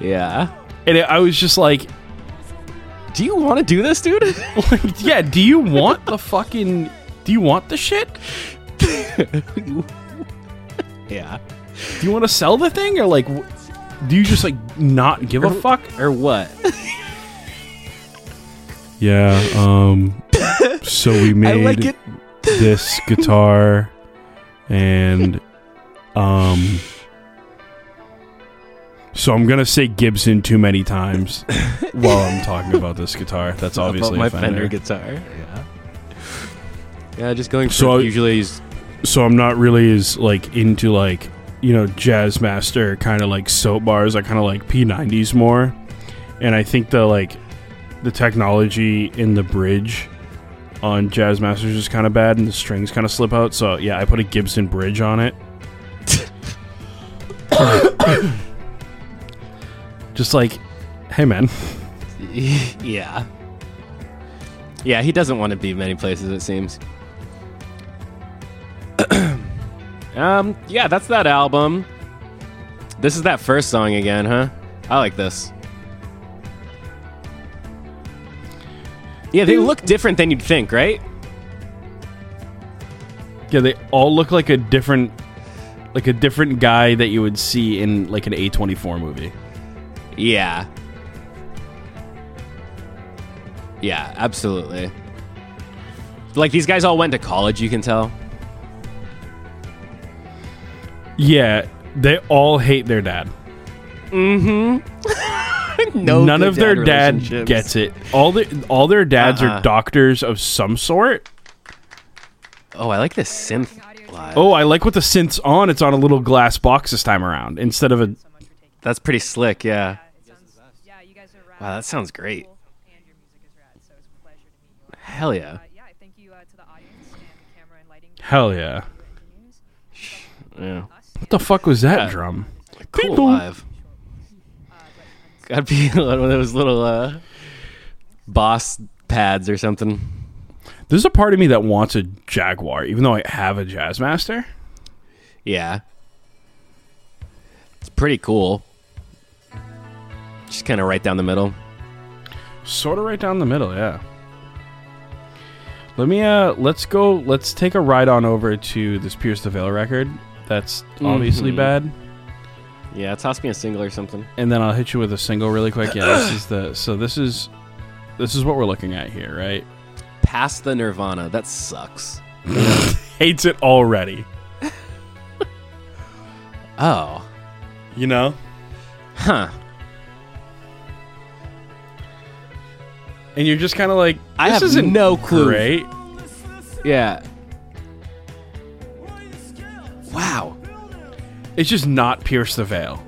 Speaker 2: Yeah.
Speaker 1: And I was just like,
Speaker 2: Do you want to do this, dude?
Speaker 1: like, yeah, do you want the fucking. Do you want the shit?
Speaker 2: (laughs) yeah.
Speaker 1: Do you want to sell the thing? Or like. w- Do you just like not give a fuck?
Speaker 2: Or what?
Speaker 1: Yeah. Um. so we
Speaker 2: (laughs) I
Speaker 1: made
Speaker 2: like it.
Speaker 1: this guitar, and um. So I'm gonna say Gibson too many
Speaker 2: (laughs)
Speaker 1: times while I'm talking about this guitar. That's obviously
Speaker 2: About my
Speaker 1: a Fender.
Speaker 2: Fender guitar. Yeah. Yeah, just going.
Speaker 1: So
Speaker 2: So
Speaker 1: I-
Speaker 2: usually he's (laughs)
Speaker 1: so I'm not really as like into like you know jazz master kind of like soap bars. I kind of like P90s more, and I think the like the technology in the bridge on jazz masters is kind of bad, and the strings kind of slip out. So yeah, I put a Gibson bridge on it. (coughs) Just like, hey man,
Speaker 2: yeah. Yeah, he doesn't want to be many places, it seems. (clears throat) um, yeah, that's that album. This is that first song again, huh? I like this. Yeah, they look different than you'd think, right?
Speaker 1: yeah, they all look like a different, like a different guy that you would see in like an A24 movie.
Speaker 2: Yeah. Yeah, absolutely. Like these guys all went to college, you can tell.
Speaker 1: Yeah, they all hate their dad.
Speaker 2: Mm-hmm. (laughs) No
Speaker 1: None of their dad
Speaker 2: relationships.
Speaker 1: gets it. All their all their dads
Speaker 2: Uh-uh.
Speaker 1: are doctors of some sort.
Speaker 2: Oh, I like this synth. Live.
Speaker 1: Oh, I like what the synth's on. It's on a little glass box this time around instead of a.
Speaker 3: so much for taking.
Speaker 2: That's pretty slick, yeah.
Speaker 3: Uh, it sounds, yeah, you guys are rad.
Speaker 2: Wow, that sounds great.
Speaker 3: Cool, And your music is rad, so it's a pleasure to meet you.
Speaker 2: Hell yeah.
Speaker 3: Uh, yeah, thank you uh, to the audience and the camera and lighting
Speaker 1: Hell yeah!
Speaker 3: engineers.
Speaker 2: Yeah.
Speaker 3: Us
Speaker 1: What the fuck was that
Speaker 2: Yeah.
Speaker 1: drum?
Speaker 2: Cool
Speaker 1: Ding-dong.
Speaker 2: live.
Speaker 3: Uh, um,
Speaker 2: Gotta be (laughs) one of those little uh, boss pads or something.
Speaker 1: There's a part of me that wants a Jaguar, even though I have a Jazzmaster.
Speaker 2: Yeah. It's pretty cool. Just kind of right down the middle.
Speaker 1: Sort of right down the middle, yeah. Let me uh let's go let's take a ride on over to this Pierce the Veil record. That's obviously
Speaker 2: Mhm.
Speaker 1: bad.
Speaker 2: Yeah, toss me a single or something.
Speaker 1: and then I'll hit you with a single really quick. Yeah, this is the so this is this is what we're looking at here, right?
Speaker 2: Past the Nirvana. That sucks.
Speaker 1: Hates it already.
Speaker 2: Oh.
Speaker 1: You know?
Speaker 2: Huh.
Speaker 1: And you're just kind of like,
Speaker 2: I
Speaker 1: this
Speaker 2: have
Speaker 1: isn't
Speaker 2: no clue.
Speaker 1: Great.
Speaker 2: Yeah. Wow.
Speaker 1: It's just not Pierce the Veil.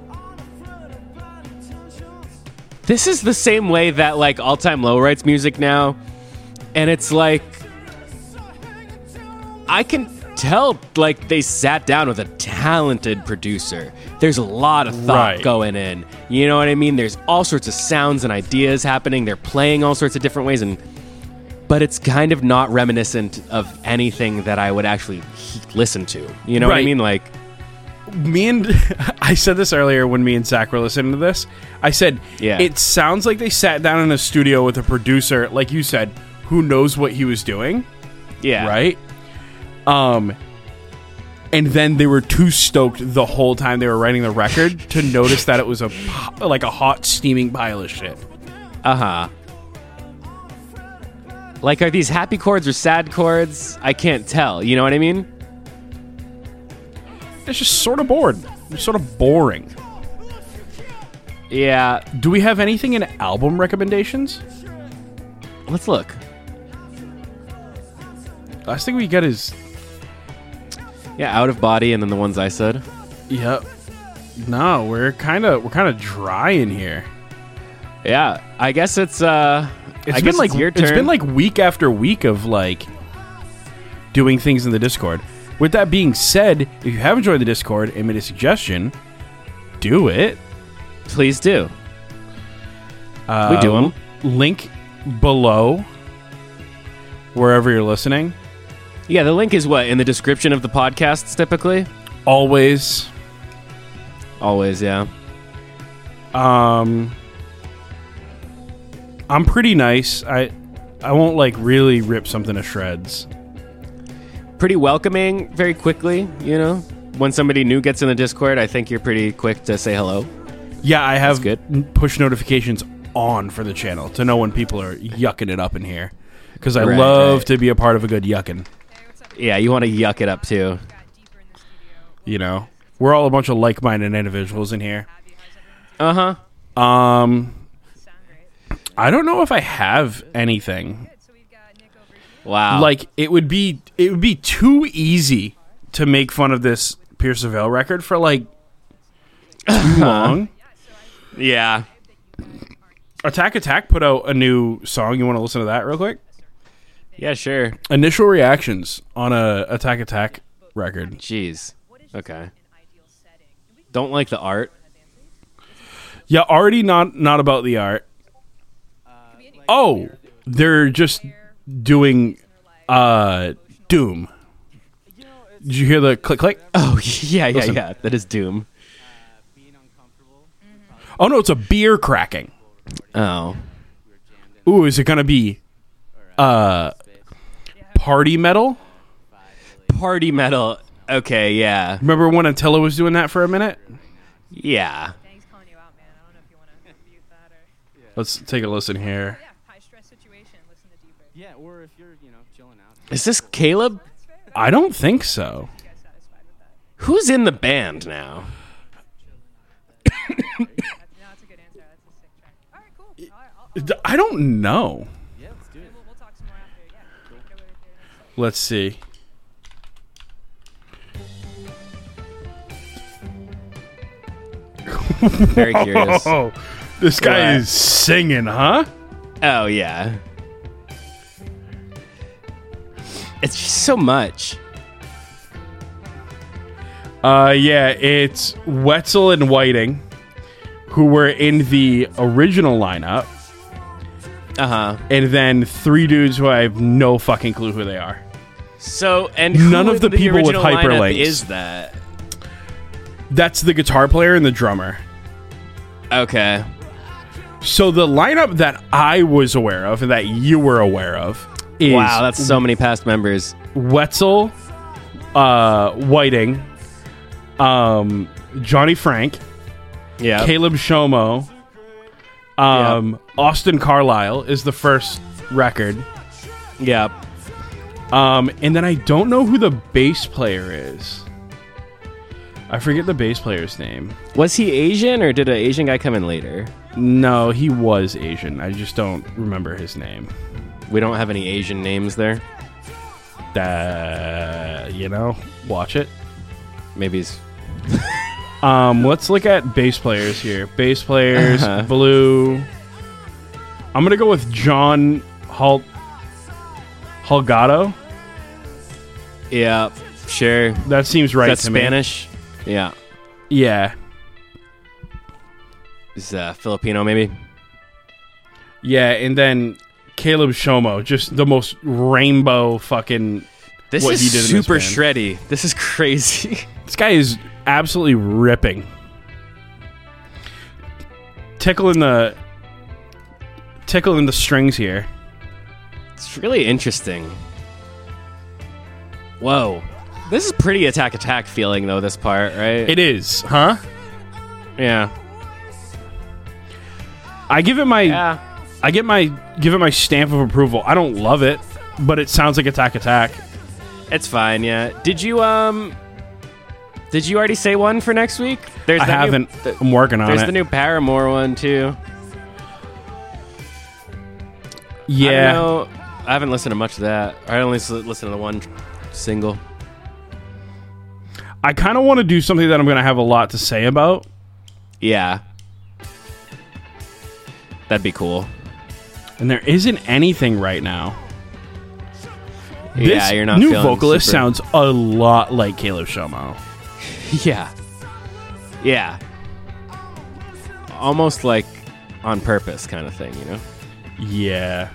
Speaker 2: This is the same way that like all time low writes music now. And it's like I can tell like they sat down with a talented producer. There's a lot of thought
Speaker 1: Right.
Speaker 2: going in. You know what I mean? There's all sorts of sounds and ideas happening. They're playing all sorts of different ways and but it's kind of not reminiscent of anything that I would actually he- listen to. You know what I
Speaker 1: Right.
Speaker 2: mean? Like,
Speaker 1: me and (laughs) I said this earlier when me and Zach were listening to this. I said,
Speaker 2: Yeah.
Speaker 1: it sounds like they sat down in a studio with a producer, like you said, who knows what he was doing,
Speaker 2: yeah,
Speaker 1: right? Um, and then they were too stoked the whole time they were writing the record to notice that it was a p- like a hot steaming pile of shit.
Speaker 2: Uh huh. Like, are these happy chords or sad chords? I can't tell. You know what I mean?
Speaker 1: It's just sort of bored, sort of boring.
Speaker 2: Yeah.
Speaker 1: Do we have anything in album recommendations?
Speaker 2: Let's look.
Speaker 1: Last thing we get is
Speaker 2: Yeah, out of body, and then the ones I said.
Speaker 1: Yep. No, we're kind of we're kind of dry in here.
Speaker 2: Yeah, I guess it's. uh
Speaker 1: It's
Speaker 2: I
Speaker 1: been
Speaker 2: guess
Speaker 1: like
Speaker 2: it's your turn.
Speaker 1: it's been like week after week of like doing things in the Discord. With that being said, if you have enjoyed the Discord and made a suggestion, do it.
Speaker 2: Please do.
Speaker 1: Uh,
Speaker 2: We do 'em.
Speaker 1: Link below wherever you're listening.
Speaker 2: Yeah, the link is what in the description of the podcasts typically.
Speaker 1: Always.
Speaker 2: Always, yeah.
Speaker 1: Um, I'm pretty nice. I I won't like really rip something to shreds.
Speaker 2: Pretty welcoming, very quickly. You know, when somebody new gets in the Discord, I think you're pretty quick to say hello.
Speaker 1: Yeah, I have
Speaker 2: good.
Speaker 1: n- push notifications on for the channel to know when people are yucking it up in here because I
Speaker 2: Right,
Speaker 1: love
Speaker 2: right.
Speaker 1: to be a part of a good yucking.
Speaker 2: Yeah, you want to yuck it up too.
Speaker 3: Uh, Got deeper in the studio.
Speaker 1: You know, we're all a bunch of like-minded individuals in here.
Speaker 3: Abby, how's everyone?
Speaker 2: Uh huh.
Speaker 1: Um,
Speaker 3: Sound great.
Speaker 1: I don't know if I have anything.
Speaker 3: Good. So we've got Nick over here.
Speaker 2: Wow.
Speaker 1: Like, it would be it would be too easy to make fun of this Pierce Avell record for like too long.
Speaker 2: yeah.
Speaker 1: Attack Attack put out a new song. You want to listen to that real quick?
Speaker 2: Yeah, sure.
Speaker 1: Initial reactions on a Attack Attack record.
Speaker 2: Jeez. Okay.
Speaker 3: An ideal setting. And we can
Speaker 2: Don't like the art. (laughs)
Speaker 1: Yeah, already not not about the art. Oh, they're just doing uh Doom. Did you hear the click click?
Speaker 2: Oh (laughs) yeah, yeah,
Speaker 1: Listen.
Speaker 2: yeah. That is Doom.
Speaker 4: Being uncomfortable,
Speaker 1: Oh no, it's a beer cracking.
Speaker 2: Oh.
Speaker 1: Ooh, is it gonna be uh party metal?
Speaker 2: Party metal. Okay, yeah.
Speaker 1: Remember when Attila was doing that for a minute?
Speaker 2: Yeah.
Speaker 3: Thanks calling you out, man. I don't know if you want to mute that or.
Speaker 1: Let's take a listen here.
Speaker 3: Yeah, high stress situation. Listen to deeper.
Speaker 4: yeah, or if you're, you know, chilling out.
Speaker 2: Is this Caleb?
Speaker 3: That's fair.
Speaker 1: I don't think so.
Speaker 3: You guys satisfied with that?
Speaker 2: Who's in the band now?
Speaker 3: That's, no, that's a good answer. That's a sick track. All right, cool. All right, I'll, I'll,
Speaker 1: D- I don't know.
Speaker 4: Yeah, let's do it.
Speaker 3: we'll, we'll talk some more after. Yeah. Go over there next time.
Speaker 1: Let's see.
Speaker 2: Very
Speaker 1: (laughs)
Speaker 2: curious.
Speaker 1: Oh, this guy
Speaker 2: Yeah.
Speaker 1: is singing, huh?
Speaker 2: Oh yeah. It's just so much.
Speaker 1: Uh, yeah, it's Wetzel and Whiting, who were in the original lineup,
Speaker 2: Uh huh.
Speaker 1: and then three dudes who I have no fucking clue who they are.
Speaker 2: So and who
Speaker 1: None of the
Speaker 2: in
Speaker 1: people with
Speaker 2: original lineup
Speaker 1: hyperlinks.
Speaker 2: is that.
Speaker 1: That's the guitar player and the drummer.
Speaker 2: Okay.
Speaker 1: So the lineup that I was aware of and that you were aware of is
Speaker 2: Wow, that's so many past members.
Speaker 1: Wetzel, uh, Whiting, um, Johnny Frank,
Speaker 2: Yeah.
Speaker 1: Caleb Shomo, um, Austin Carlisle is the first record.
Speaker 2: Yeah.
Speaker 1: Um, and then I don't know who the bass player is. I forget the bass player's name.
Speaker 2: Was he Asian or did an Asian guy come in later?
Speaker 1: No, he was Asian. I just don't remember his name.
Speaker 2: We don't have any Asian names there.
Speaker 1: Uh, you know, watch it.
Speaker 2: Maybe he's
Speaker 1: Um, let's look at bass players here. Bass players,
Speaker 2: Uh-huh.
Speaker 1: blue. I'm gonna go with John Hal Halgado.
Speaker 2: yeah, sure.
Speaker 1: That seems right
Speaker 2: That's
Speaker 1: to me.
Speaker 2: Spanish. Yeah,
Speaker 1: Yeah,
Speaker 2: he's uh, Filipino maybe.
Speaker 1: yeah. And then Caleb Shomo, just the most rainbow fucking.
Speaker 2: This
Speaker 1: what
Speaker 2: is
Speaker 1: he did in this
Speaker 2: super
Speaker 1: band.
Speaker 2: shreddy. This is crazy. (laughs)
Speaker 1: This guy is absolutely ripping. Tickling the tickling the strings here.
Speaker 2: It's really interesting. Whoa. This is pretty attack attack feeling though this part, right?
Speaker 1: It is, huh?
Speaker 2: yeah.
Speaker 1: I give it my
Speaker 2: Yeah.
Speaker 1: I get my give it my stamp of approval. I don't love it, but it sounds like Attack Attack.
Speaker 2: It's fine, yeah. Did you um Did you already say one for next week? There's
Speaker 1: I
Speaker 2: that new-
Speaker 1: haven't. I'm working on
Speaker 2: there's
Speaker 1: it.
Speaker 2: the new Paramore one too. I don't
Speaker 1: yeah,
Speaker 2: know. I haven't listened to much of that. I only s- listened to the one single.
Speaker 1: I kind of want to do something that I'm going to have a lot to say about.
Speaker 2: Yeah. That'd be (laughs) cool.
Speaker 1: and there isn't anything right now. This
Speaker 2: yeah, you're not
Speaker 1: new
Speaker 2: feeling
Speaker 1: vocalist
Speaker 2: super-
Speaker 1: sounds a lot like Caleb Shomo.
Speaker 2: Yeah. Yeah. Almost like on purpose kind of thing, you know?
Speaker 1: Yeah,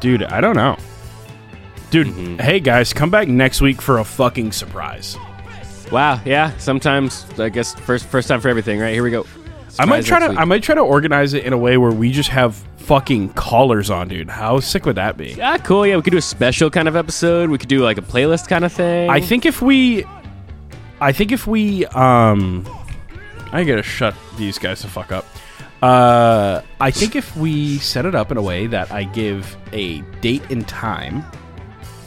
Speaker 1: dude, I don't know. Dude,
Speaker 2: Mm-hmm.
Speaker 1: hey guys, come back next week for a fucking surprise.
Speaker 2: Wow, yeah. Sometimes I guess first first time for everything, right? Here we go.
Speaker 1: I might
Speaker 2: Surprise
Speaker 1: try to
Speaker 2: next week.
Speaker 1: I might try to organize it in a way where we just have fucking callers on, dude. How sick would that be?
Speaker 2: Ah, cool. Yeah, we could do a special kind of episode. We could do like a playlist kind of thing.
Speaker 1: I think if we I think if we um I gotta shut these guys the fuck up. Uh I think if we set it up in a way that I give a date and time,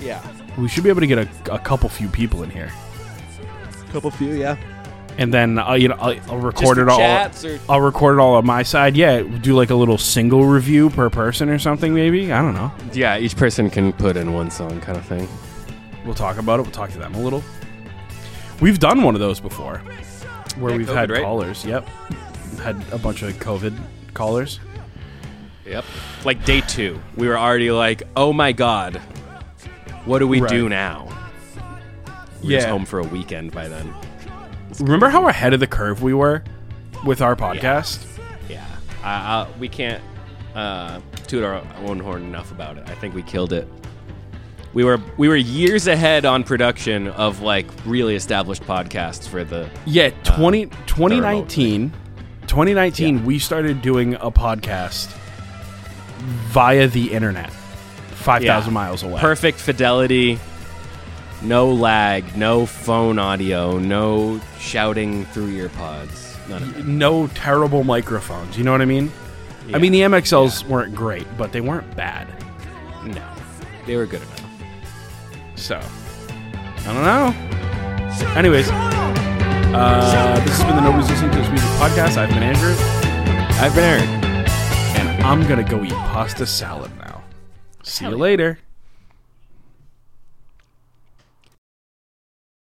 Speaker 2: yeah.
Speaker 1: we should be able to get a, a couple few people in here.
Speaker 2: Couple few, yeah.
Speaker 1: And then I'll, you know I'll, I'll record it all.
Speaker 2: chats or-
Speaker 1: I'll record it all on my side. Yeah, do like a little single review per person or something. Maybe I don't know.
Speaker 2: Yeah, each person can put in one song kind of thing.
Speaker 1: We'll talk about it. We'll talk to them a little. We've done one of those before, where
Speaker 2: Yeah,
Speaker 1: we've
Speaker 2: COVID,
Speaker 1: had
Speaker 2: right?
Speaker 1: callers. Yep, had a bunch of COVID callers.
Speaker 2: Yep. Like day 2. We were already like, "Oh my god. What do we
Speaker 1: Right.
Speaker 2: do now?" We're just
Speaker 1: Yeah.
Speaker 2: home for a weekend by then.
Speaker 1: Remember how ahead of the curve we were with our podcast?
Speaker 2: Yeah, I, I, we can't uh, toot our own horn enough about it. I think we killed it. We were we were years ahead on production of like really established podcasts for the
Speaker 1: Yeah, 20,
Speaker 2: the remote
Speaker 1: 2019, 2019 we started doing a podcast via the internet, five thousand
Speaker 2: Yeah.
Speaker 1: miles away.
Speaker 2: perfect fidelity, no lag, no phone audio, no shouting through ear pods. None of it.
Speaker 1: No terrible microphones. You know what I mean? I mean the MXLs weren't great, but they weren't bad.
Speaker 2: No, they were good enough.
Speaker 1: So, I don't know. Anyways, uh, this has been the Nobody's Listening to This Music podcast. I've been Andrew,
Speaker 2: I've been Eric.
Speaker 1: and I'm going to go eat pasta salad now. See you later.